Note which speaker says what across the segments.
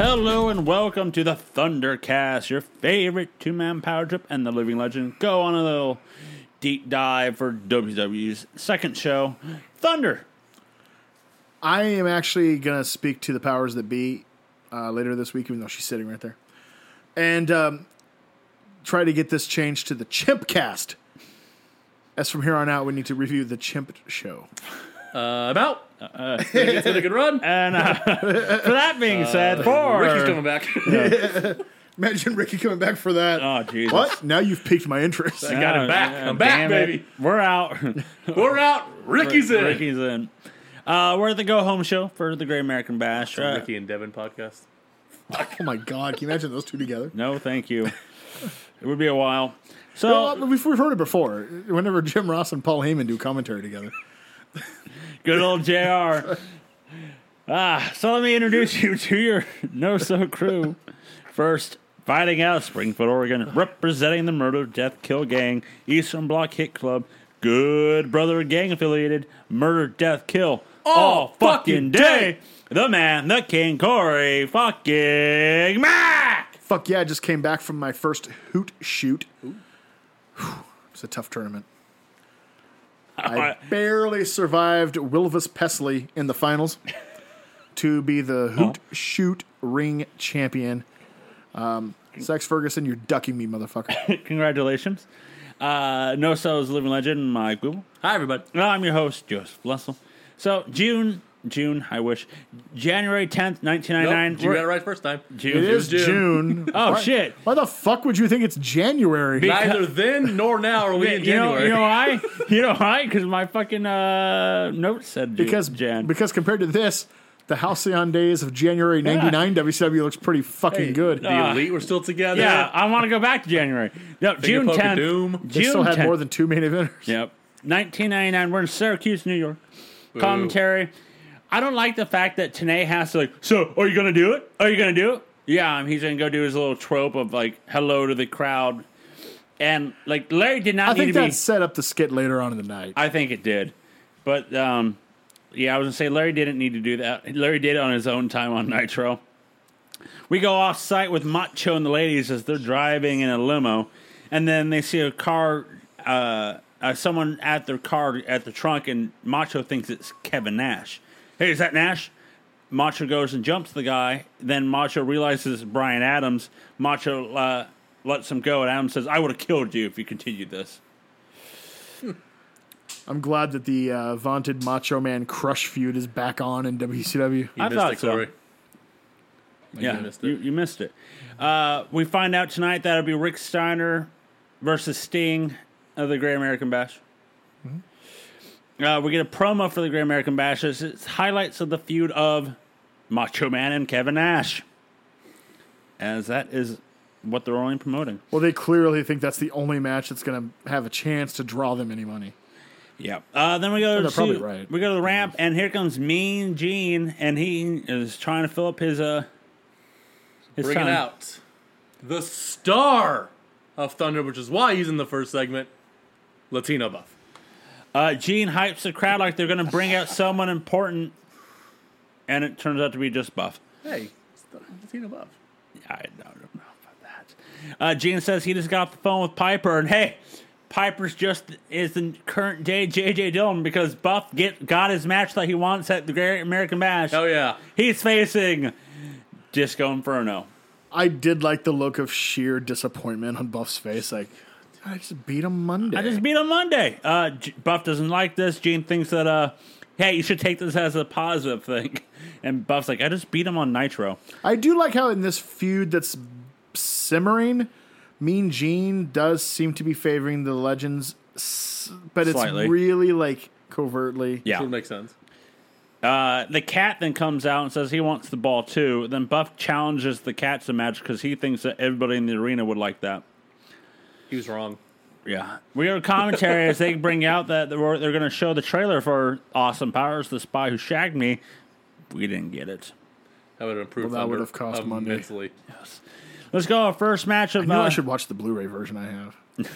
Speaker 1: Hello and welcome to the Thundercast, your favorite two man power trip and the living legend. Go on a little deep dive for WWE's second show, Thunder.
Speaker 2: I am actually going to speak to the powers that be uh, later this week, even though she's sitting right there, and um, try to get this changed to the Chimp Cast. As from here on out, we need to review the Chimp Show.
Speaker 3: I'm out. Uh, it's been a good run.
Speaker 1: And uh, for that being said, for.
Speaker 3: Uh, Ricky's coming back.
Speaker 2: Imagine Ricky coming back for that.
Speaker 1: Oh, Jesus.
Speaker 2: what? Now you've piqued my interest.
Speaker 3: I got him back.
Speaker 1: Yeah,
Speaker 3: I'm back,
Speaker 1: damn it.
Speaker 3: baby.
Speaker 1: We're out.
Speaker 3: We're out. Ricky's in.
Speaker 1: Ricky's in. Uh, we're at the Go Home Show for the Great American Bash. Uh,
Speaker 3: Ricky and Devin podcast.
Speaker 2: Oh my God! Can you imagine those two together?
Speaker 1: No, thank you. it would be a while.
Speaker 2: Well,
Speaker 1: So,
Speaker 2: we've, we've heard it before. Whenever Jim Ross and Paul Heyman do commentary together,
Speaker 1: good old JR. Ah, so let me introduce you to your no so crew. First, fighting out of Springfield, Oregon, representing the Murder Death Kill Gang, Eastern Block Hit Club, good brother gang affiliated, Murder Death Kill all, fucking day. The man, the king, Corey fucking Mac.
Speaker 2: fuck yeah! I just came back from my first hoot shoot. Whew, It's a tough tournament. I barely survived Wilvis Pesley in the finals to be the Hoot Shoot Ring Champion. Um, Sex Ferguson, you're ducking me, motherfucker.
Speaker 1: Congratulations. Uh, no so's living legend, Mike Google.
Speaker 3: Hi, everybody.
Speaker 1: Well, I'm your host, Joseph Lessel. So June, June, I wish, January 10th,
Speaker 3: Nope,
Speaker 1: 1999.
Speaker 3: you got it right first time.
Speaker 1: June.
Speaker 2: it is
Speaker 3: June.
Speaker 2: June.
Speaker 1: Oh
Speaker 2: Why-
Speaker 1: shit!
Speaker 2: Why the fuck would you think it's January?
Speaker 3: Neither then nor now are we in
Speaker 1: You know,
Speaker 3: January.
Speaker 1: you know why? You know why? Because my fucking uh, note said June,
Speaker 2: because
Speaker 1: Jan.
Speaker 2: because compared to this, the Halcyon days of January '99 WCW looks pretty fucking good.
Speaker 1: uh,
Speaker 3: the elite were still together.
Speaker 1: yeah, I want to go back to January. No, June
Speaker 3: poke of
Speaker 1: 10th.
Speaker 3: doom.
Speaker 1: June
Speaker 2: they still had
Speaker 1: 10th.
Speaker 2: more than two main eventers.
Speaker 1: Yep. 1999. We're in Syracuse, New York. Commentary. I don't like the fact that Tanay has to like. So, are you gonna do it? Are you gonna do it? Yeah, and he's gonna go do his little trope of like hello to the crowd, and like Larry did not
Speaker 2: I
Speaker 1: need
Speaker 2: think
Speaker 1: to
Speaker 2: that
Speaker 1: be.
Speaker 2: set up the skit later on in the night.
Speaker 1: I think it did, but um, yeah, I was gonna say Larry didn't need to do that. Larry did it on his own time on Nitro. We go off site with Macho and the ladies as they're driving in a limo, and then they see a car, uh, uh, someone at their car at the trunk, and Macho thinks it's Kevin Nash. Hey, is that Nash? Macho goes and jumps the guy. Then Macho realizes it's Brian Adams. Macho uh, lets him go, and Adams says, "I would have killed you if you continued this."
Speaker 2: I'm glad that the uh, vaunted Macho Man Crush feud is back on in WCW.
Speaker 3: You
Speaker 1: I
Speaker 3: missed
Speaker 1: thought
Speaker 3: it,
Speaker 1: so.
Speaker 3: Corey.
Speaker 1: Yeah,
Speaker 3: You missed
Speaker 1: You,
Speaker 3: it.
Speaker 1: you missed it. Uh, we find out tonight that'll be Rick Steiner versus Sting of the Great American Bash.
Speaker 3: Mm-hmm.
Speaker 1: Uh, we get a promo for the Great American Bash. It's, it's highlights of the feud of Macho Man and Kevin Nash, as that is what they're only promoting.
Speaker 2: Well, they clearly think that's the only match that's going to have a chance to draw them any money.
Speaker 1: Yeah. Uh, then we go to
Speaker 2: they're probably right.
Speaker 1: we go to the ramp,
Speaker 3: Mm-hmm.
Speaker 1: and here comes Mean Gene, and he is trying to fill up his uh his
Speaker 3: Bring it
Speaker 1: time.
Speaker 3: out. The star of Thunder, which is why he's in the first segment, Latino buff.
Speaker 1: Uh, Gene hypes the crowd like they're going to bring out someone important, and it turns out to be just Buff.
Speaker 3: Hey, it's the Latino buff.
Speaker 1: I don't know about that. Uh, Gene says he just got off the phone with Piper, and hey, Piper's just is the current day JJ Dillon because Buff get got his match that he wants at the Great American Bash.
Speaker 3: Oh yeah.
Speaker 1: He's facing Disco Inferno.
Speaker 2: I did like the look of sheer disappointment on Buff's face. Like, I just beat him Monday.
Speaker 1: I just beat him Monday. Uh, G- Buff doesn't like this. Gene thinks that, uh, hey, you should take this as a positive thing. And Buff's like, I just beat him on Nitro.
Speaker 2: I do like how in this feud that's simmering, Mean Gene does seem to be favoring the legends, s- but it's
Speaker 1: Slightly.
Speaker 2: really like covertly.
Speaker 1: Yeah.
Speaker 3: Would make sense.
Speaker 1: Uh, the cat then comes out and says he wants the ball too. Then Buff challenges the cat to match because he thinks that everybody in the arena would like that.
Speaker 3: He was wrong.
Speaker 1: Yeah, we are commentary as they bring out that they're going to show the trailer for Awesome Powers, the spy who shagged me. We didn't get it.
Speaker 3: That would have
Speaker 2: Well,
Speaker 3: improved.
Speaker 2: that
Speaker 3: Thunder uh,
Speaker 2: would've cost Monday.
Speaker 3: immensely.
Speaker 1: Let's go our first match of
Speaker 2: You know, I
Speaker 1: uh,
Speaker 2: should watch the Blu-ray version I have.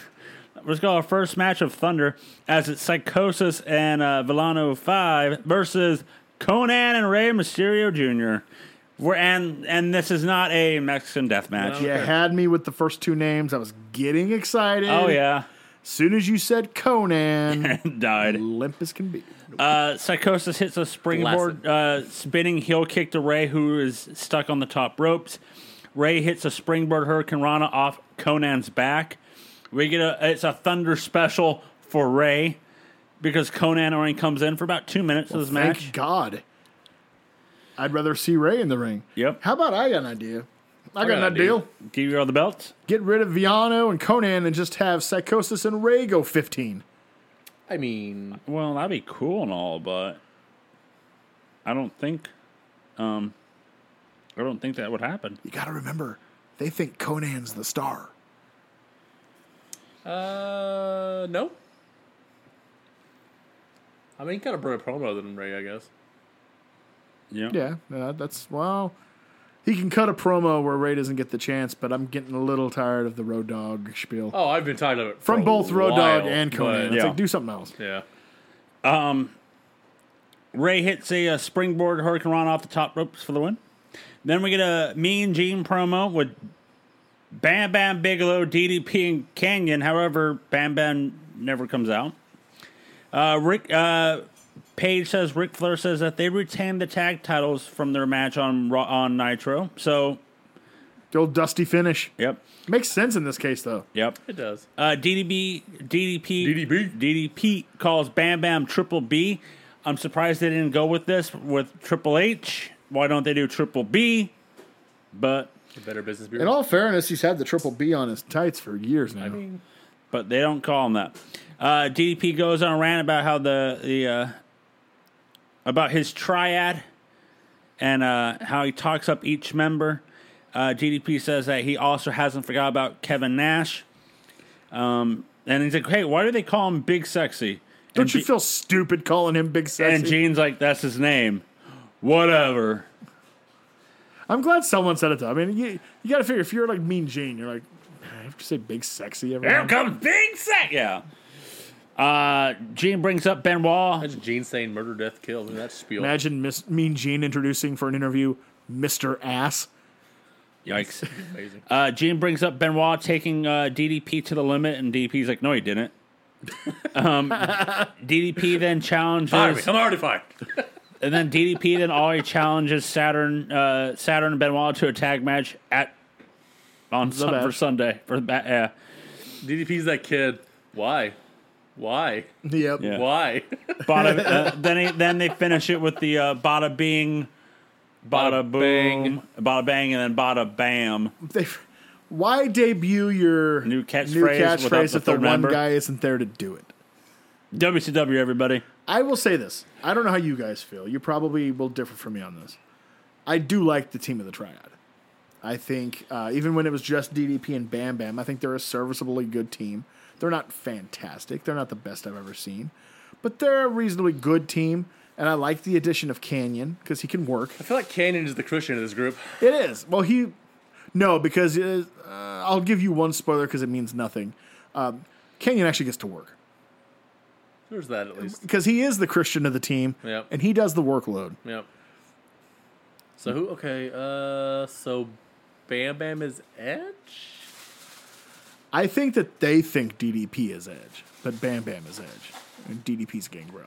Speaker 1: let's go our first match of Thunder as it's Psychosis and uh, Villano Five versus Conan and Rey Mysterio Jr. We're and and this is not a Mexican death match.
Speaker 2: You had me with the first two names. I was getting excited.
Speaker 1: Oh yeah,
Speaker 2: Soon as you said Conan,
Speaker 1: died.
Speaker 2: limp as can be.
Speaker 1: Uh, Psychosis hits a springboard uh, spinning heel kick to Ray, who is stuck on the top ropes. Ray hits a springboard Hurricane Rana off Conan's back. We get a it's a thunder special for Ray because Conan only comes in for about two minutes of this
Speaker 2: Thank
Speaker 1: match.
Speaker 2: God. I'd rather see Ray in the ring.
Speaker 1: Yep.
Speaker 2: How about I got an idea? I got
Speaker 3: got
Speaker 2: an
Speaker 3: an idea.
Speaker 2: ideal.
Speaker 1: Give you all the belts.
Speaker 2: Get rid of Viano and Conan and just have Psychosis and Ray go 15.
Speaker 3: I mean,
Speaker 1: Well, that'd be cool and all, but I don't think, um, I don't think that would happen.
Speaker 2: You got to remember, they think Conan's the star.
Speaker 3: uh, no. I mean, you gotta burn a promo than Ray, I guess.
Speaker 1: Yeah.
Speaker 2: Yeah, yeah, that's, well, he can cut a promo where Ray doesn't get the chance, but I'm getting a little tired of the Road Dog spiel.
Speaker 3: Oh, I've been tired of it
Speaker 2: From
Speaker 3: for a
Speaker 2: both Road Dog
Speaker 3: while,
Speaker 2: and Conan.
Speaker 3: but-
Speaker 2: It's
Speaker 1: Yeah.
Speaker 2: like, do something else.
Speaker 3: yeah.
Speaker 1: Ray hits a, uh springboard Hurricane Rana off the top ropes for the win. Then we get a Mean Gene promo with Bam Bam Bigelow, DDP, and Canyon. However, Bam Bam never comes out. Uh, Rick uh, Page says Rick Flair says that they retained the tag titles from their match on Raw- on Nitro. So,
Speaker 2: The old dusty finish.
Speaker 1: yep,
Speaker 2: Makes sense in this case, though.
Speaker 1: yep.
Speaker 3: It does.
Speaker 1: Uh, DDB, DDP,
Speaker 3: DDB.
Speaker 1: DDP calls Bam Bam Triple B. I'm surprised they didn't go with this with Triple H. Why don't they do Triple B? But
Speaker 3: The Better Business
Speaker 2: In
Speaker 3: Bureau.
Speaker 2: all fairness, he's had the triple B on his tights for years now.
Speaker 3: I mean,
Speaker 1: but they don't call him that. Uh, DDP goes on a rant about how the the uh, about his triad and uh, how he talks up each member. Uh, DDP says that he also hasn't forgot about Kevin Nash. Um, and he's like, "Hey, why do they call him Big Sexy?"
Speaker 2: Don't
Speaker 1: And
Speaker 2: you
Speaker 1: D-
Speaker 2: feel stupid calling him Big Sexy?
Speaker 1: And Gene's like, that's his name. Whatever.
Speaker 2: I'm glad someone said it though. I mean, you, you got to figure if you're like Mean Gene, you're like, I have to say Big Sexy every
Speaker 1: Here
Speaker 2: time.
Speaker 1: comes Big Sack. Yeah. Uh, Gene brings up Benoit.
Speaker 3: imagine Gene saying murder, death, kill. and that spiel.
Speaker 2: Imagine Miss Mean Gene introducing for an interview Mr. Ass.
Speaker 1: Yikes.
Speaker 3: Amazing.
Speaker 1: Uh, Gene brings up Benoit taking uh, DDP to the limit, and DDP's like, no, he didn't. um, DDP then
Speaker 3: Fire me.
Speaker 1: challenges,
Speaker 3: I'm already fired.
Speaker 1: and then DDP then already challenges Saturn, uh, Saturn and Benoit to a tag match at on sun,
Speaker 2: match.
Speaker 1: for Sunday for the ba- yeah.
Speaker 3: DDP's that kid. Why? Why?
Speaker 2: Yep.
Speaker 1: Yeah.
Speaker 3: Why?
Speaker 1: Bada, uh, then he, then they finish it with the uh, bada bing, bada,
Speaker 3: Bada
Speaker 1: boom, bada bang, and then bada bam.
Speaker 2: They, why debut your
Speaker 1: New catchphrase without the
Speaker 2: if the
Speaker 1: third
Speaker 2: one
Speaker 1: member?
Speaker 2: guy isn't there to do it?
Speaker 1: WCW, everybody.
Speaker 2: I will say this. I don't know how you guys feel. You probably will differ from me on this. I do like the team of the triad. I think uh, even when it was just DDP and Bam Bam, I think they're a serviceably good team. They're not fantastic. They're not the best I've ever seen, but they're a reasonably good team. And I like the addition of Canyon because he can work.
Speaker 3: I feel like Canyon is the Christian of this group.
Speaker 2: It is. Well, he no because it is, uh, I'll give you one spoiler because it means nothing. Um, Canyon actually gets to work
Speaker 3: There's that at least.
Speaker 2: because he is the Christian of the team,
Speaker 3: Yep.
Speaker 2: and he does the workload.
Speaker 3: Yep. So who? Okay. Uh. So, Bam Bam is Edge.
Speaker 2: I think that they think DDP is Edge, but Bam Bam is Edge, and DDP's Gangrel.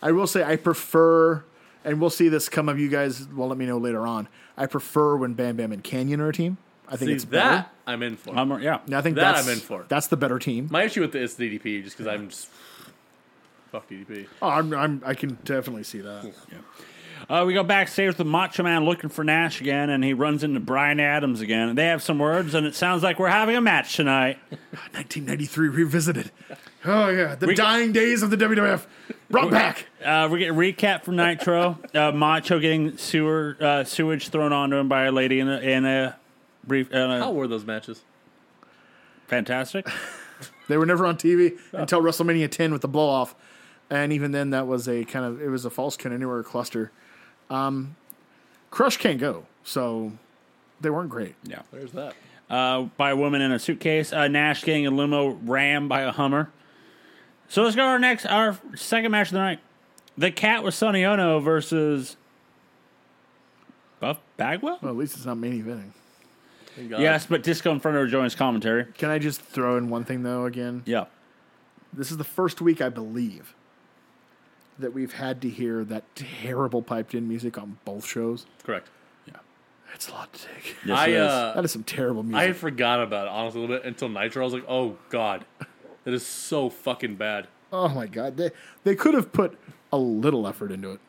Speaker 2: I will say I prefer, and we'll see this come of you guys. Well, let me know later on. I prefer when Bam Bam and Canyon are a team. I think
Speaker 3: See
Speaker 2: it's better.
Speaker 3: that I'm in for.
Speaker 1: Um, yeah.
Speaker 2: And I think
Speaker 3: that
Speaker 2: that's,
Speaker 3: I'm in for.
Speaker 2: That's the better team.
Speaker 3: My issue with the is DDP just because I'm just fuck DDP.
Speaker 2: Oh, I'm, I'm, I can definitely see that.
Speaker 1: Uh, we go backstage with Macho Man looking for Nash again, and he runs into Brian Adams again. And they have some words, and it sounds like we're having a match tonight.
Speaker 2: 1993 revisited. Oh yeah, the dying days of the WWF brought back.
Speaker 1: Uh, we get a recap from Nitro. Uh, Macho getting sewer uh, sewage thrown onto him by a lady in a, in a brief. In a,
Speaker 3: How were those matches?
Speaker 1: Fantastic.
Speaker 2: They were never on TV until WrestleMania 10 with the blow off. And even then, that was a kind of, it was a false count anywhere cluster. Um, Crush can't go. So they weren't great.
Speaker 1: Yeah.
Speaker 3: There's that.
Speaker 1: uh, by a woman in a suitcase. Uh, Nash getting a limo rammed by a Hummer. So let's go to our next, our second match of the night: the Cat with Sonny Ono versus Buff Bagwell?
Speaker 3: Uh,
Speaker 2: Well, at least it's not main eventing.
Speaker 3: Thank God.
Speaker 1: Yes, but Disco Inferno joins commentary.
Speaker 2: Can I just throw in one thing though? Again,
Speaker 1: Yeah.
Speaker 2: this is the first week I believe that we've had to hear that terrible piped-in music on both shows.
Speaker 3: Correct.
Speaker 2: It's a lot to take.
Speaker 1: Yes,
Speaker 3: I
Speaker 1: it is.
Speaker 3: uh,
Speaker 2: That is some terrible
Speaker 3: I
Speaker 2: music.
Speaker 3: had forgot about it honestly a little bit until Nitro. I was like, oh god, that is so fucking bad.
Speaker 2: oh my god, they they could have put a little effort into it.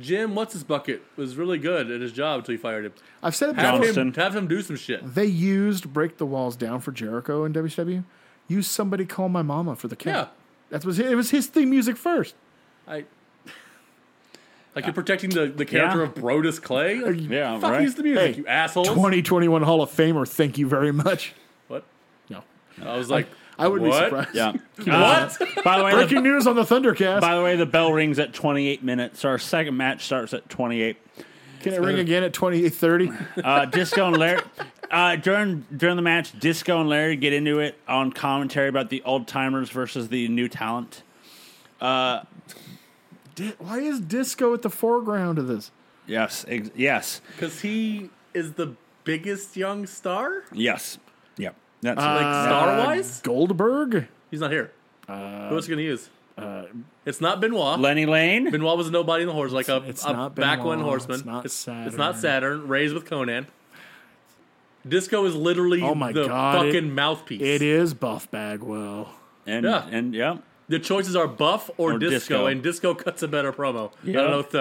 Speaker 3: Jim, what's his bucket? Was really good at his job until you fired him.
Speaker 2: I've said it
Speaker 3: Have
Speaker 2: before.
Speaker 1: Johnston.
Speaker 3: him, have him do some shit.
Speaker 2: They used "Break the Walls Down" for Jericho in WCW. Use somebody call my mama for the cat.
Speaker 3: Yeah.
Speaker 2: That was it. Was his theme music first?
Speaker 3: I like
Speaker 2: Uh,
Speaker 3: you're protecting the, the character
Speaker 1: Yeah.
Speaker 3: of Brodus Clay. Like,
Speaker 1: Yeah,
Speaker 3: fuck
Speaker 1: right.
Speaker 3: use the music,
Speaker 2: Hey,
Speaker 3: you assholes.
Speaker 2: Twenty twenty one Hall of Famer. Thank you very much.
Speaker 3: What?
Speaker 2: No,
Speaker 3: I was like,
Speaker 2: I wouldn't
Speaker 3: what?
Speaker 2: be surprised. Uh,
Speaker 1: yeah. Uh,
Speaker 3: What?
Speaker 1: By the way, the
Speaker 2: Breaking news on the Thundercast.
Speaker 1: By the way, the bell rings at 28 minutes. Our second match starts at 28.
Speaker 2: Can it ring again at twenty eight thirty?
Speaker 1: Uh, Disco and Larry uh, during during the match, Disco and Larry get into it on commentary about the old timers versus the new talent.
Speaker 2: Why is disco at the foreground of this?
Speaker 1: Yes, ex- yes,
Speaker 3: Because he is the biggest young star.
Speaker 1: yes, yep. That's Uh,
Speaker 3: Star wise,
Speaker 2: Goldberg.
Speaker 3: he's not here. Who
Speaker 2: Uh,
Speaker 3: else can he use? it's not Benoit.
Speaker 1: Lenny Lane.
Speaker 3: Benoit was a nobody in the horse, like a,
Speaker 2: It's- it's
Speaker 3: a
Speaker 2: not
Speaker 3: back
Speaker 2: Benoit,
Speaker 3: when horseman.
Speaker 2: it's not
Speaker 3: it's not
Speaker 2: Saturn.
Speaker 3: Saturn. Raised with Conan. Disco is literally
Speaker 2: Oh my
Speaker 3: the
Speaker 2: God,
Speaker 3: fucking
Speaker 2: it-
Speaker 3: mouthpiece.
Speaker 2: It is Buff Bagwell.
Speaker 1: and
Speaker 3: Yeah.
Speaker 1: and yeah.
Speaker 3: The choices are Buff or,
Speaker 1: Or
Speaker 3: disco,
Speaker 1: Disco.
Speaker 3: and Disco cuts a better promo. I
Speaker 1: Yeah.
Speaker 3: don't know what to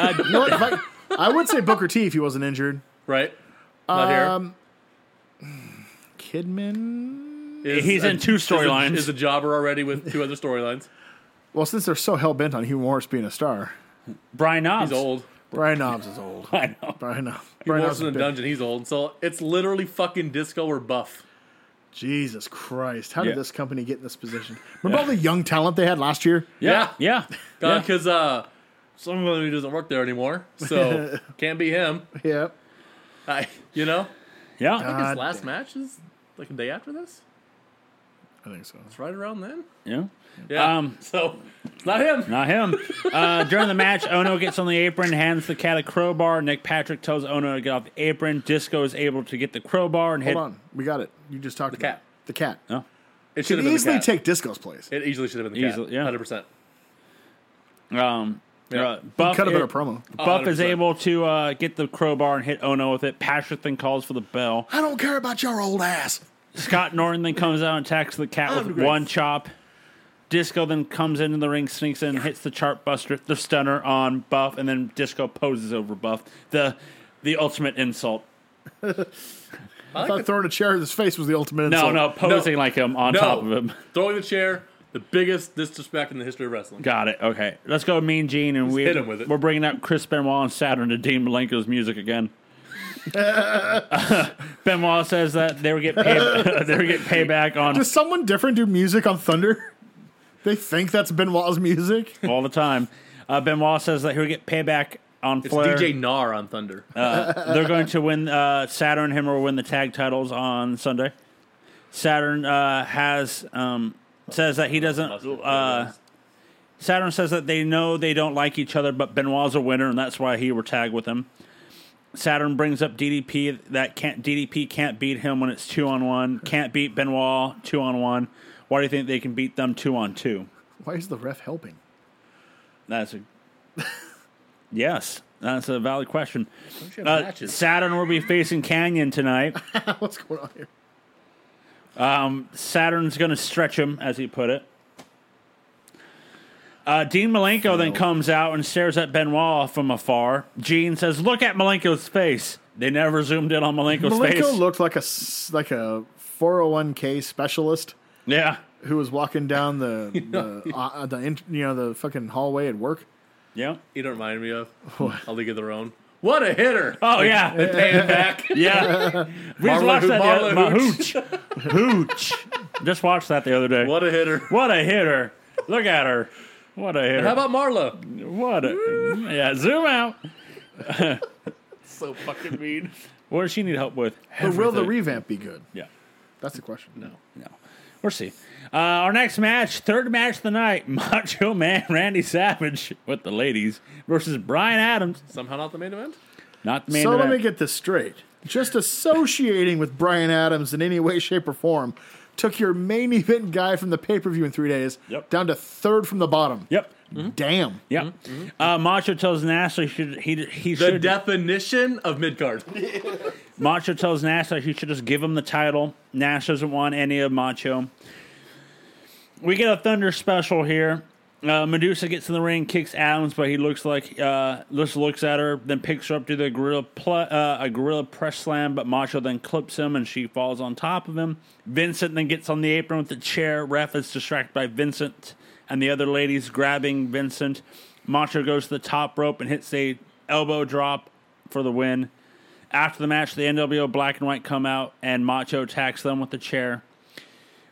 Speaker 3: tell you.
Speaker 2: You know what? If I, I would say Booker T if he wasn't injured.
Speaker 3: Right? Not
Speaker 2: Um, Kidman.
Speaker 3: here. Is-
Speaker 1: he's in two
Speaker 3: is a-
Speaker 1: storylines.
Speaker 3: Is a jobber already with two other storylines.
Speaker 2: Well, since they're so hell bent on Hugh Morris being a star,
Speaker 1: Brian Knobs.
Speaker 3: He's old.
Speaker 2: Brian Knobs is old.
Speaker 1: I know.
Speaker 2: Brian Knobs.
Speaker 3: He
Speaker 2: Brian Knobs
Speaker 3: works in
Speaker 2: is
Speaker 3: a
Speaker 2: big.
Speaker 3: dungeon. He's old. So it's literally fucking Disco or Buff.
Speaker 2: Jesus Christ! How
Speaker 1: Yeah.
Speaker 2: did this company get in this position? Remember all the young talent they had last year?
Speaker 1: Yeah, yeah. yeah.
Speaker 3: Because uh, some of them doesn't work there anymore. So can't be him.
Speaker 2: Yeah.
Speaker 3: I, you know?
Speaker 1: yeah.
Speaker 3: I think his
Speaker 2: God
Speaker 3: last
Speaker 2: damn.
Speaker 3: match is like a day after this.
Speaker 2: I think so.
Speaker 3: It's right around then.
Speaker 1: yeah.
Speaker 3: Yeah.
Speaker 1: Um,
Speaker 3: so it's not him.
Speaker 1: Not him. Uh, during the match, Ono gets on the apron, hands the cat a crowbar. Nick Patrick tells Ono to get off the apron. Disco is able to get the crowbar and hit.
Speaker 2: Hold on, we got it. You just talked the
Speaker 3: cat.
Speaker 2: The cat.
Speaker 1: No.
Speaker 3: It
Speaker 2: Could
Speaker 3: should have been the
Speaker 2: easily
Speaker 3: cat.
Speaker 2: take Disco's place.
Speaker 3: it easily should have been the
Speaker 1: Easily,
Speaker 3: cat.
Speaker 1: yeah.
Speaker 3: 100%.
Speaker 1: Um,
Speaker 3: Yeah.
Speaker 1: uh, Buff,
Speaker 2: Cut a bit
Speaker 1: i-
Speaker 2: of promo.
Speaker 1: Buff is
Speaker 3: 100%.
Speaker 1: able to uh, get the crowbar and hit Ono with it. Patrick then calls for the bell.
Speaker 2: I don't care about your old ass.
Speaker 1: Scott Norton then comes out and attacks the cat with
Speaker 3: great.
Speaker 1: one chop. Disco then comes into the ring, sneaks in, hits the chart buster, the stunner on Buff, and then Disco poses over Buff. The the ultimate insult.
Speaker 2: I thought throwing a chair at his face was the ultimate
Speaker 1: No,
Speaker 2: insult.
Speaker 1: no, posing like him on
Speaker 3: No.
Speaker 1: top of him.
Speaker 3: Throwing the chair, the biggest disrespect in the history of wrestling.
Speaker 1: Got it. Okay. Let's go Mean Gene and we,
Speaker 3: hit him with it.
Speaker 1: we're bringing up Chris Benoit and Saturn to Dean Malenko's music again. Benoit says that they would get pay, they would get payback on
Speaker 2: Does someone different do music on Thunder? They think that's Benoit's music.
Speaker 1: all the time. Uh, Benoit says that he would get payback on
Speaker 3: It's
Speaker 1: Flair.
Speaker 3: DJ Nar on Thunder.
Speaker 1: Uh, they're going to win uh, Saturn. Him will win the tag titles on Sunday. Saturn uh, has um, says that he doesn't. Uh, Saturn says that they know they don't like each other, but Benoit's a winner, and that's why he were tagged with him. Saturn brings up DDP that can't DDP can't beat him when it's two on one. Can't beat Benoit two on one. Why do you think they can beat them two on two?
Speaker 2: Why is the ref helping?
Speaker 1: That's a yes. That's a valid question.
Speaker 3: you have
Speaker 1: Uh,
Speaker 3: matches?
Speaker 1: Saturn will be facing Canyon tonight.
Speaker 2: What's going on here?
Speaker 1: Saturn's going to stretch him, as he put it. Uh, Dean Malenko then comes out and stares at Benoit from afar. Gene says, "Look at Malenko's face." They never zoomed in on Malenko's face.
Speaker 2: Malenko looked like a s- like a 401k specialist
Speaker 1: yeah,
Speaker 2: who was walking down the the, uh, the in, you know the fucking hallway at work.
Speaker 1: yeah.
Speaker 3: you don't remind me of. A League of Their Own. What a hitter!
Speaker 1: Oh yeah,
Speaker 3: Paying back.
Speaker 1: yeah. We just
Speaker 3: Marla
Speaker 1: watched
Speaker 3: Hoo-
Speaker 1: that. the
Speaker 3: Marla
Speaker 1: other- Hooch, hooch. Just watched that the other day.
Speaker 3: What a hitter.
Speaker 1: What a hitter! Look at her. What a hitter!
Speaker 3: How about Marla?
Speaker 1: what a yeah. Zoom out.
Speaker 3: So fucking mean.
Speaker 1: What does she need help with?
Speaker 2: But will the
Speaker 1: Everything.
Speaker 2: revamp be good?
Speaker 1: yeah.
Speaker 2: That's the question. No.
Speaker 1: No. We'll see. Uh, our next match, third match of the night, Macho Man Randy Savage with the ladies versus Brian Adams.
Speaker 3: Somehow not the main event?
Speaker 1: Not the main
Speaker 2: so
Speaker 1: event.
Speaker 2: let me get this straight. Just associating with Brian Adams in any way, shape, or form took your main event guy from the pay per view in three days
Speaker 1: Yep.
Speaker 2: down to third from the bottom.
Speaker 1: yep.
Speaker 2: Mm-hmm. Damn.
Speaker 1: Yep.
Speaker 2: Mm-hmm.
Speaker 1: Uh, Macho tells Nash he should he he
Speaker 3: The
Speaker 1: should
Speaker 3: definition of mid card.
Speaker 1: Macho tells Nash that he should just give him the title. Nash doesn't want any of Macho. We get a Thunder special here. Uh, Medusa gets in the ring, kicks Adams, but he looks like uh, just looks at her, then picks her up to the gorilla pl- uh, a gorilla press slam. But Macho then clips him, and she falls on top of him. Vincent then gets on the apron with the chair. Ref is distracted by Vincent and the other ladies grabbing Vincent. Macho goes to the top rope and hits a elbow drop for the win. After the match, the NWO Black and White come out, and Macho attacks them with the chair.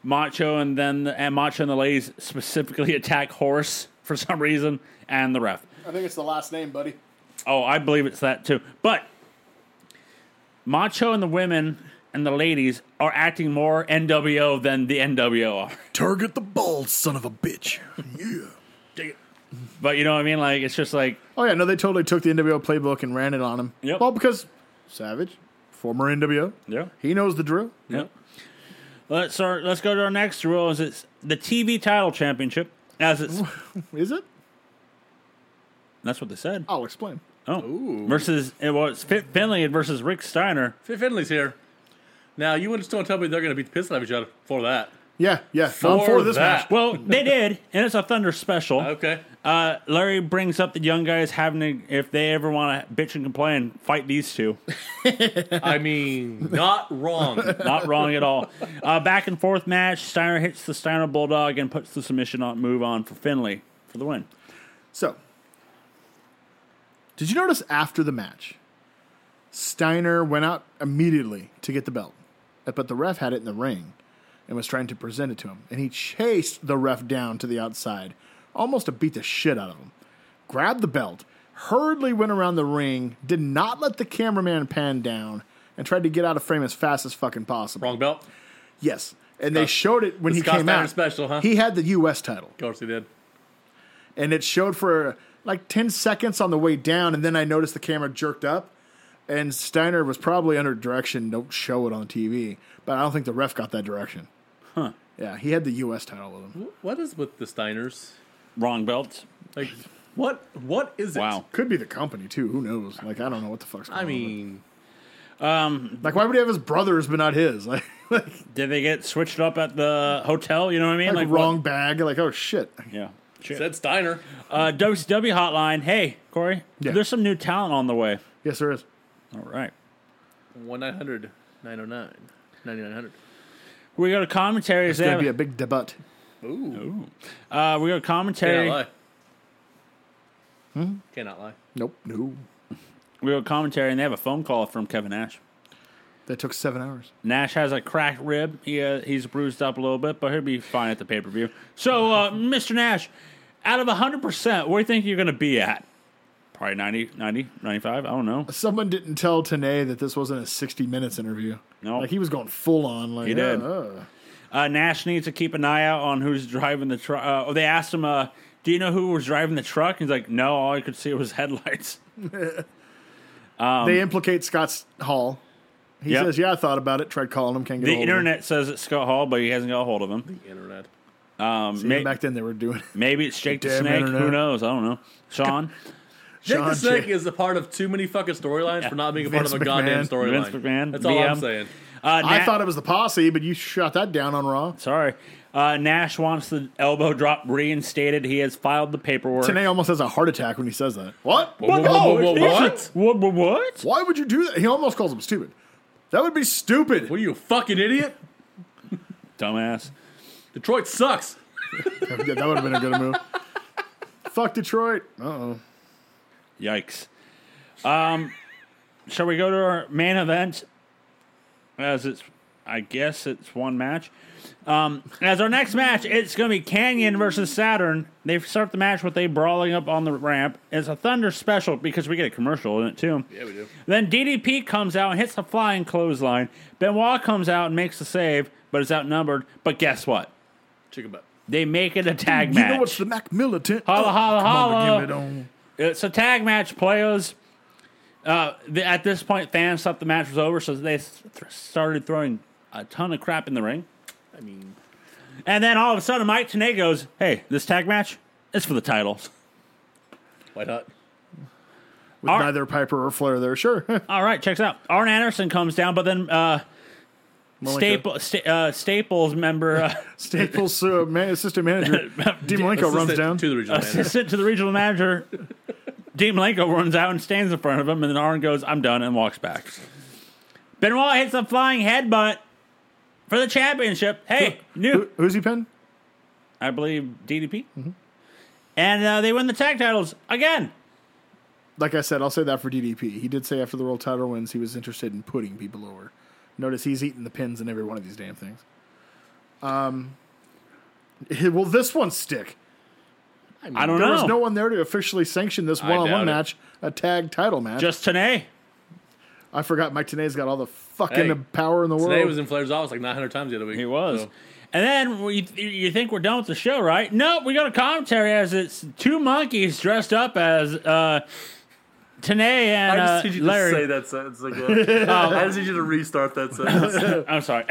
Speaker 1: Macho and then and Macho and the ladies specifically attack Horace for some reason and the ref.
Speaker 2: I think it's the last name, buddy.
Speaker 1: Oh, I believe it's that too. But Macho and the women and the ladies are acting more NWO than the NWO are.
Speaker 2: Target the bald son of a bitch. yeah.
Speaker 1: But you know what I mean? Like it's just like
Speaker 2: Oh yeah, no, they totally took the NWO playbook and ran it on him.
Speaker 1: Yep.
Speaker 2: Well, because Savage, former NWO,
Speaker 1: yeah.
Speaker 2: he knows the drill.
Speaker 1: Yep. Let's start, let's go to our next rule. Is it's the TV title championship? As it's
Speaker 2: Is it?
Speaker 1: that's what they said.
Speaker 2: I'll explain.
Speaker 1: Oh, versus it was Fit Finley versus Rick Steiner.
Speaker 3: Fit Finley's here. Now, you just don't tell me they're going to beat the piss out of each other for that.
Speaker 2: Yeah, yeah. I'm
Speaker 3: For
Speaker 2: for this
Speaker 3: that.
Speaker 2: match.
Speaker 1: Well, they did, and it's a Thunder special.
Speaker 3: Okay.
Speaker 1: Uh, Larry brings up the young guys having to, if they ever want to bitch and complain, fight these two.
Speaker 3: I mean, not wrong.
Speaker 1: Not wrong at all. Uh, back and forth match. Steiner hits the Steiner Bulldog and puts the submission on move on for Finley for the win.
Speaker 2: So, did you notice after the match, Steiner went out immediately to get the belt, but the ref had it in the ring and was trying to present it to him, and he chased the ref down to the outside, almost to beat the shit out of him. Grabbed the belt, hurriedly went around the ring, did not let the cameraman pan down, and tried to get out of frame as fast as fucking possible.
Speaker 3: Wrong belt.
Speaker 2: Yes, and they showed it when he
Speaker 3: Scott
Speaker 2: came
Speaker 3: Steiner
Speaker 2: out.
Speaker 3: special, huh?
Speaker 2: He had the U.S. title
Speaker 3: Of course he did.
Speaker 2: and it showed for like 10 seconds on the way down and then i noticed the camera jerked up and steiner was probably under direction don't show it on tv but i don't think the ref got that direction huh yeah he had the us title with him
Speaker 3: What is with the Steiners?
Speaker 1: Wrong belts.
Speaker 3: Like, what? What is it?
Speaker 1: Wow.
Speaker 2: could be the company too who knows like i don't know what the fuck's going
Speaker 3: I
Speaker 2: on
Speaker 3: mean,
Speaker 2: with it. like why would he have his brothers but not his like like,
Speaker 1: Did they get switched up at the hotel? You know what I mean?
Speaker 2: like
Speaker 1: what-
Speaker 2: wrong bag like oh shit
Speaker 1: Yeah. Shit.
Speaker 3: said Steiner.
Speaker 1: Uh, WCW hotline. Hey, Corey.
Speaker 2: Yeah.
Speaker 1: There's some new talent on the way.
Speaker 2: yes there is
Speaker 1: All right.
Speaker 3: 1 900 909 9900.
Speaker 1: We go to commentary.
Speaker 2: it's gonna be a big debut
Speaker 3: Ooh.
Speaker 1: uh, we go to
Speaker 3: Cannot
Speaker 1: commentary.
Speaker 3: lie. Hmm? Cannot lie.
Speaker 2: nope no
Speaker 1: We go to commentary, and they have a phone call from Kevin Nash.
Speaker 2: that took seven hours
Speaker 1: Nash has a cracked rib. He uh, he's bruised up a little bit, but he'll be fine at the pay per view. So, uh, Mr. Nash, out of hundred percent, where do you think you're going to be at? Probably 90, 90, 95. I don't know.
Speaker 2: someone didn't tell Tanay that this wasn't a 60 minutes interview
Speaker 1: No.
Speaker 2: like he was going full on like
Speaker 1: He did.
Speaker 2: "Uh, uh."
Speaker 1: Uh, Nash needs to keep an eye out on who's driving the truck. Uh, oh, they asked him, uh, "Do you know who was driving the truck?" He's like, "No, all I could see was headlights."
Speaker 2: they implicate Scott Hall. He
Speaker 1: Um, Yep.
Speaker 2: says, "Yeah, I thought about it. Tried calling him. Can't get
Speaker 1: The
Speaker 2: a hold
Speaker 1: internet says it's Scott Hall, but he hasn't got a hold of him.
Speaker 3: Internet.
Speaker 2: Of him.
Speaker 1: ma-
Speaker 2: Even back then, they were doing. It.
Speaker 1: Maybe it's Jake the
Speaker 2: Damn
Speaker 1: Snake. Who
Speaker 2: internet.
Speaker 1: knows? I don't know. Sean,
Speaker 3: Jake the
Speaker 2: John
Speaker 3: Snake
Speaker 2: Jay-
Speaker 3: is a part of too many fucking storylines for not being a part
Speaker 2: Vince
Speaker 3: of a goddamn
Speaker 2: McMahon.
Speaker 3: storyline.
Speaker 1: Vince McMahon,
Speaker 3: That's all I'm
Speaker 1: VM.
Speaker 3: saying.
Speaker 1: uh,
Speaker 2: I
Speaker 1: Na-
Speaker 2: thought it was the posse, but you shot that down on Raw.
Speaker 1: Sorry, uh, Nash wants the elbow drop reinstated. He has filed the paperwork.
Speaker 2: Tanay almost has a heart attack when he says that. What? What?
Speaker 3: whoa, whoa,
Speaker 2: No,
Speaker 3: whoa,
Speaker 2: it
Speaker 3: whoa,
Speaker 2: isn't.
Speaker 3: what?
Speaker 1: What? What? what?
Speaker 2: Why would you do that? He almost calls him stupid. That would be stupid.
Speaker 3: What are you, a fucking idiot?
Speaker 1: Dumbass.
Speaker 3: Detroit sucks.
Speaker 2: Yeah, that would have been a good move. Fuck Detroit. Uh oh.
Speaker 1: Yikes. Um, shall we go to our main event? As it's, I guess it's one match. Um, as our next match, it's going to be Canyon versus Saturn. They start the match with a brawling up on the ramp. It's a Thunder special because we get a commercial in it too.
Speaker 3: Yeah, we do.
Speaker 1: Then DDP comes out and hits the flying clothesline. Benoit comes out and makes the save. but it's outnumbered. But guess what?
Speaker 3: Chicken butt.
Speaker 1: They make it a tag
Speaker 2: You
Speaker 1: match.
Speaker 2: know it's the Mac militant.
Speaker 1: Holla,
Speaker 2: Oh,
Speaker 1: holla,
Speaker 2: come on,
Speaker 1: holla.
Speaker 2: give it on.
Speaker 1: It's a Uh, tag match, players. Uh, the, at this point, fans thought the match was over, so they s- th- started throwing a ton of crap in the ring.
Speaker 3: I mean,
Speaker 1: And then all of a sudden, Mike Tanay goes, "Hey, this tag match is for the titles."
Speaker 3: why not?
Speaker 2: With
Speaker 1: Our-
Speaker 2: neither Piper or Flair there. Sure.
Speaker 1: All right, checks out. Arn Anderson comes down, but then uh, Staple, sta- uh, Staples member uh,
Speaker 2: Staples uh, man, assistant manager D. Malenko runs
Speaker 3: Assistant
Speaker 2: down.
Speaker 3: to the regional manager.
Speaker 1: assistant to the regional manager, Dean Malenko runs out and stands in front of him, and then Arn goes, I'm done, and walks back. Benoit hits a flying headbutt for the championship. Hey,
Speaker 2: Who,
Speaker 1: new,
Speaker 2: who's he pin?
Speaker 1: I believe DDP. And uh, they win the tag titles again.
Speaker 2: Like I said, I'll say that for DDP. He did say after the world title wins, he was interested in putting people over. Notice he's eating the pins in every one of these damn things. Um, will this one stick?
Speaker 1: I don't
Speaker 2: There
Speaker 1: know.
Speaker 2: was no one there to officially sanction this
Speaker 3: I
Speaker 2: one-on-one
Speaker 3: doubt it.
Speaker 2: match, a tag title match.
Speaker 1: Just today.
Speaker 2: I forgot Mike Tanay's got all the fucking
Speaker 3: Hey,
Speaker 2: power in the world.
Speaker 3: Today was in Flair's office like 900 times the other week.
Speaker 1: He was.
Speaker 3: So,
Speaker 1: And then we, you think we're done with the show, right? Nope, we got a commentary as it's two monkeys dressed up as uh, Tanay and
Speaker 3: I
Speaker 1: uh,
Speaker 3: just need you
Speaker 1: Larry.
Speaker 3: to say that Oh, sentence again. I just need you to restart that sentence.
Speaker 1: I'm sorry.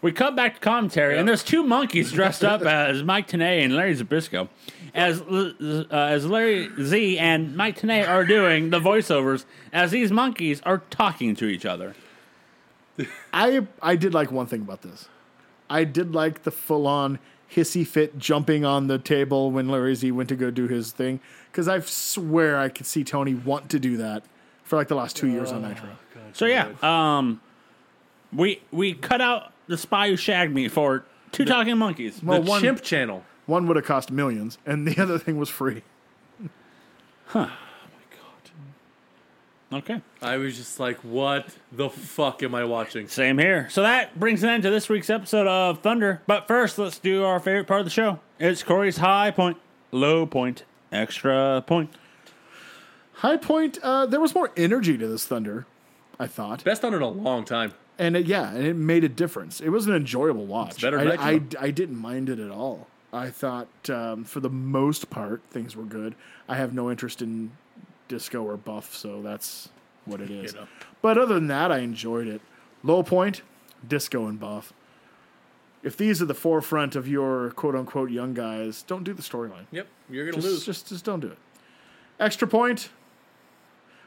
Speaker 1: we cut back to commentary, and there's two monkeys dressed up as Mike Tanay and Larry Zabisco, as L- uh, as Larry Z and Mike Tanay are doing the voiceovers as these monkeys are talking to each other.
Speaker 2: I I did like one thing about this. I did like the full on hissy fit jumping on the table when Larry Z went to go do his thing because I swear I could see Tony want to do that for like the last two years on Nitro.
Speaker 1: So yeah, um, we we cut out the spy who shagged me for two talking monkeys.
Speaker 3: the
Speaker 2: Well, one
Speaker 3: Chimp Channel.
Speaker 2: one would have cost millions, and the other thing was free.
Speaker 1: Okay,
Speaker 3: I was just like, what the fuck am I watching?
Speaker 1: same here. So that brings an end to this week's episode of Thunder. But first, let's do our favorite part of the show. It's Corey's high point, low point, extra point.
Speaker 2: High point. Uh, there was more energy to this Thunder, I thought,
Speaker 3: Best on in a long time.
Speaker 2: and it, yeah, and it made a difference. It was an enjoyable watch.
Speaker 3: better
Speaker 2: I,
Speaker 3: than
Speaker 2: I,
Speaker 3: Nitro.
Speaker 2: I didn't mind it at all. I thought um, for the most part things were good. I have no interest in disco or buff, so that's what it is.
Speaker 3: know.
Speaker 2: But other than that, I enjoyed it. Low point, disco and buff. If these are the forefront of your quote unquote young guys, don't do the storyline.
Speaker 3: Yep, you're gonna
Speaker 2: Just,
Speaker 3: lose.
Speaker 2: just, just don't do it. Extra point.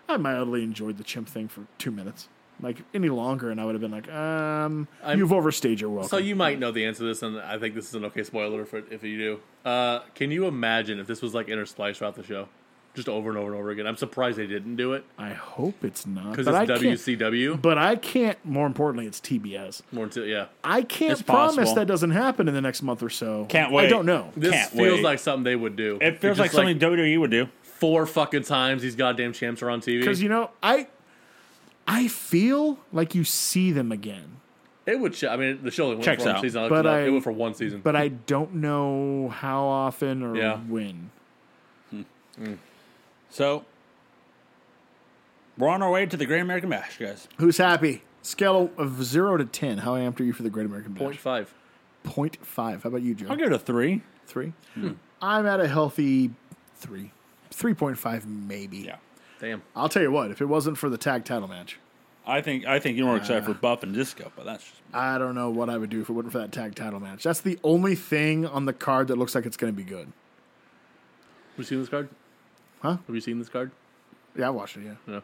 Speaker 2: I mildly enjoyed the chimp thing for two minutes. Like any longer, and I would have been like, um,
Speaker 3: I'm-
Speaker 2: you've overstayed your welcome.
Speaker 3: so you might know the answer to this, and I think this is an okay spoiler for if you do. Uh, can you imagine if this was like interspliced throughout the show, just over and over and over again? I'm surprised they didn't do it
Speaker 2: I hope it's not.
Speaker 3: because
Speaker 2: But I,
Speaker 3: it's
Speaker 2: can't,
Speaker 3: WCW.
Speaker 2: but I can't, more importantly, it's TBS.
Speaker 3: More to, yeah,
Speaker 2: I can't
Speaker 1: It's
Speaker 2: promise
Speaker 1: possible.
Speaker 2: that doesn't happen in the next month or so.
Speaker 1: Can't
Speaker 2: I
Speaker 1: wait.
Speaker 2: don't know.
Speaker 3: this
Speaker 1: Can't
Speaker 3: feels
Speaker 1: wait.
Speaker 3: like something they would do.
Speaker 1: It
Speaker 3: You're
Speaker 1: feels like
Speaker 3: just
Speaker 1: something WWE would do.
Speaker 3: four fucking times these goddamn champs are on TV.
Speaker 2: Because, you know, I I feel like you see them again,
Speaker 3: it would. Sh- I mean, the show only went
Speaker 1: Checks
Speaker 3: for one
Speaker 1: out.
Speaker 3: season,
Speaker 2: But
Speaker 3: but
Speaker 2: I-
Speaker 3: it went for one season.
Speaker 2: but I don't know how often or
Speaker 3: Yeah.
Speaker 2: when.
Speaker 1: So we're on our way to the Great American Bash, guys.
Speaker 2: Who's happy? Scale of zero to ten. How amped are you for the Great American Bash?
Speaker 3: Point five.
Speaker 2: Point five. How about you, Joe?
Speaker 1: I'll give it a three.
Speaker 2: Three. I'm at a healthy three. Three point five, maybe.
Speaker 1: Yeah.
Speaker 3: Damn.
Speaker 2: I'll tell you what. If it wasn't for the tag title match,
Speaker 1: I think I think you're more excited for Buff and Disco, but that's just
Speaker 2: I don't know what I would do if it wasn't for that tag title match. That's the only thing on the card that looks like it's going to be good.
Speaker 3: Have you seen this card?
Speaker 2: Huh?
Speaker 3: Have you seen this card?
Speaker 2: Yeah, I watched it. Yeah.
Speaker 3: No.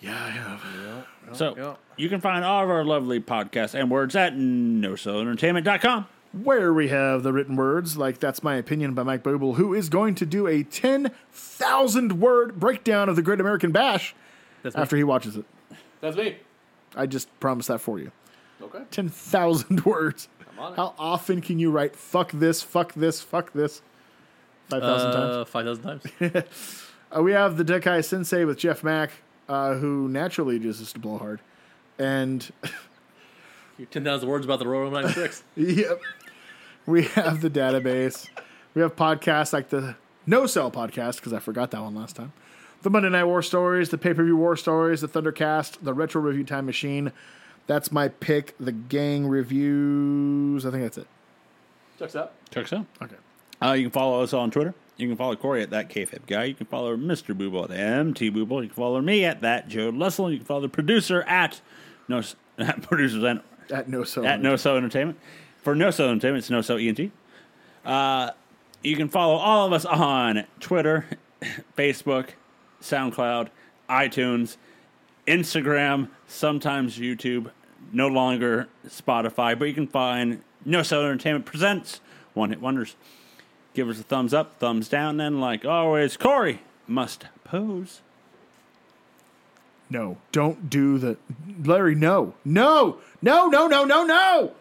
Speaker 2: Yeah, I have.
Speaker 1: so.
Speaker 3: yeah.
Speaker 1: You can find all of our lovely podcasts and words at nosoentertainment.com.
Speaker 2: where we have the written words, like That's My Opinion by Mike Boble, who is going to do a 10,000 word breakdown of the Great American Bash
Speaker 3: That's me.
Speaker 2: after he watches it.
Speaker 3: That's me.
Speaker 2: I just promised that for you.
Speaker 3: Okay.
Speaker 2: 10,000 words.
Speaker 3: on it.
Speaker 2: How often can you write fuck this, fuck this, fuck this? 5,000 times.
Speaker 3: Uh, Five thousand times.
Speaker 2: Uh, we have the Dekai Sensei with Jeff Mack, uh, who naturally just is to blow hard. And
Speaker 3: Ten thousand words about the Royal Rumble '96.
Speaker 2: Yep. We have the database. We have podcasts like the No Cell podcast, because I forgot that one last time. The Monday Night War Stories, the Pay Per View War Stories, the Thundercast, the Retro Review Time Machine, That's my pick. The gang reviews. I think that's it.
Speaker 3: Checks out.
Speaker 1: Checks out.
Speaker 2: Okay.
Speaker 1: Uh, you can follow us on Twitter. You can follow Corey at that KFib guy. You can follow Mr. Booble at MT Booble. You can follow me at that Joe Lussell. You can follow the producer at no at producers and
Speaker 2: At no so.
Speaker 1: at No So Entertainment. For No So Entertainment, it's No So ENT. Uh, you can follow all of us on Twitter, Facebook, SoundCloud, iTunes, Instagram, sometimes YouTube, no longer Spotify, but you can find No So Entertainment Presents One Hit Wonders. Give us a thumbs up, thumbs down, and like always, Corey must pose.
Speaker 2: No. Don't do the Larry. No. No. No. No. No. No. No.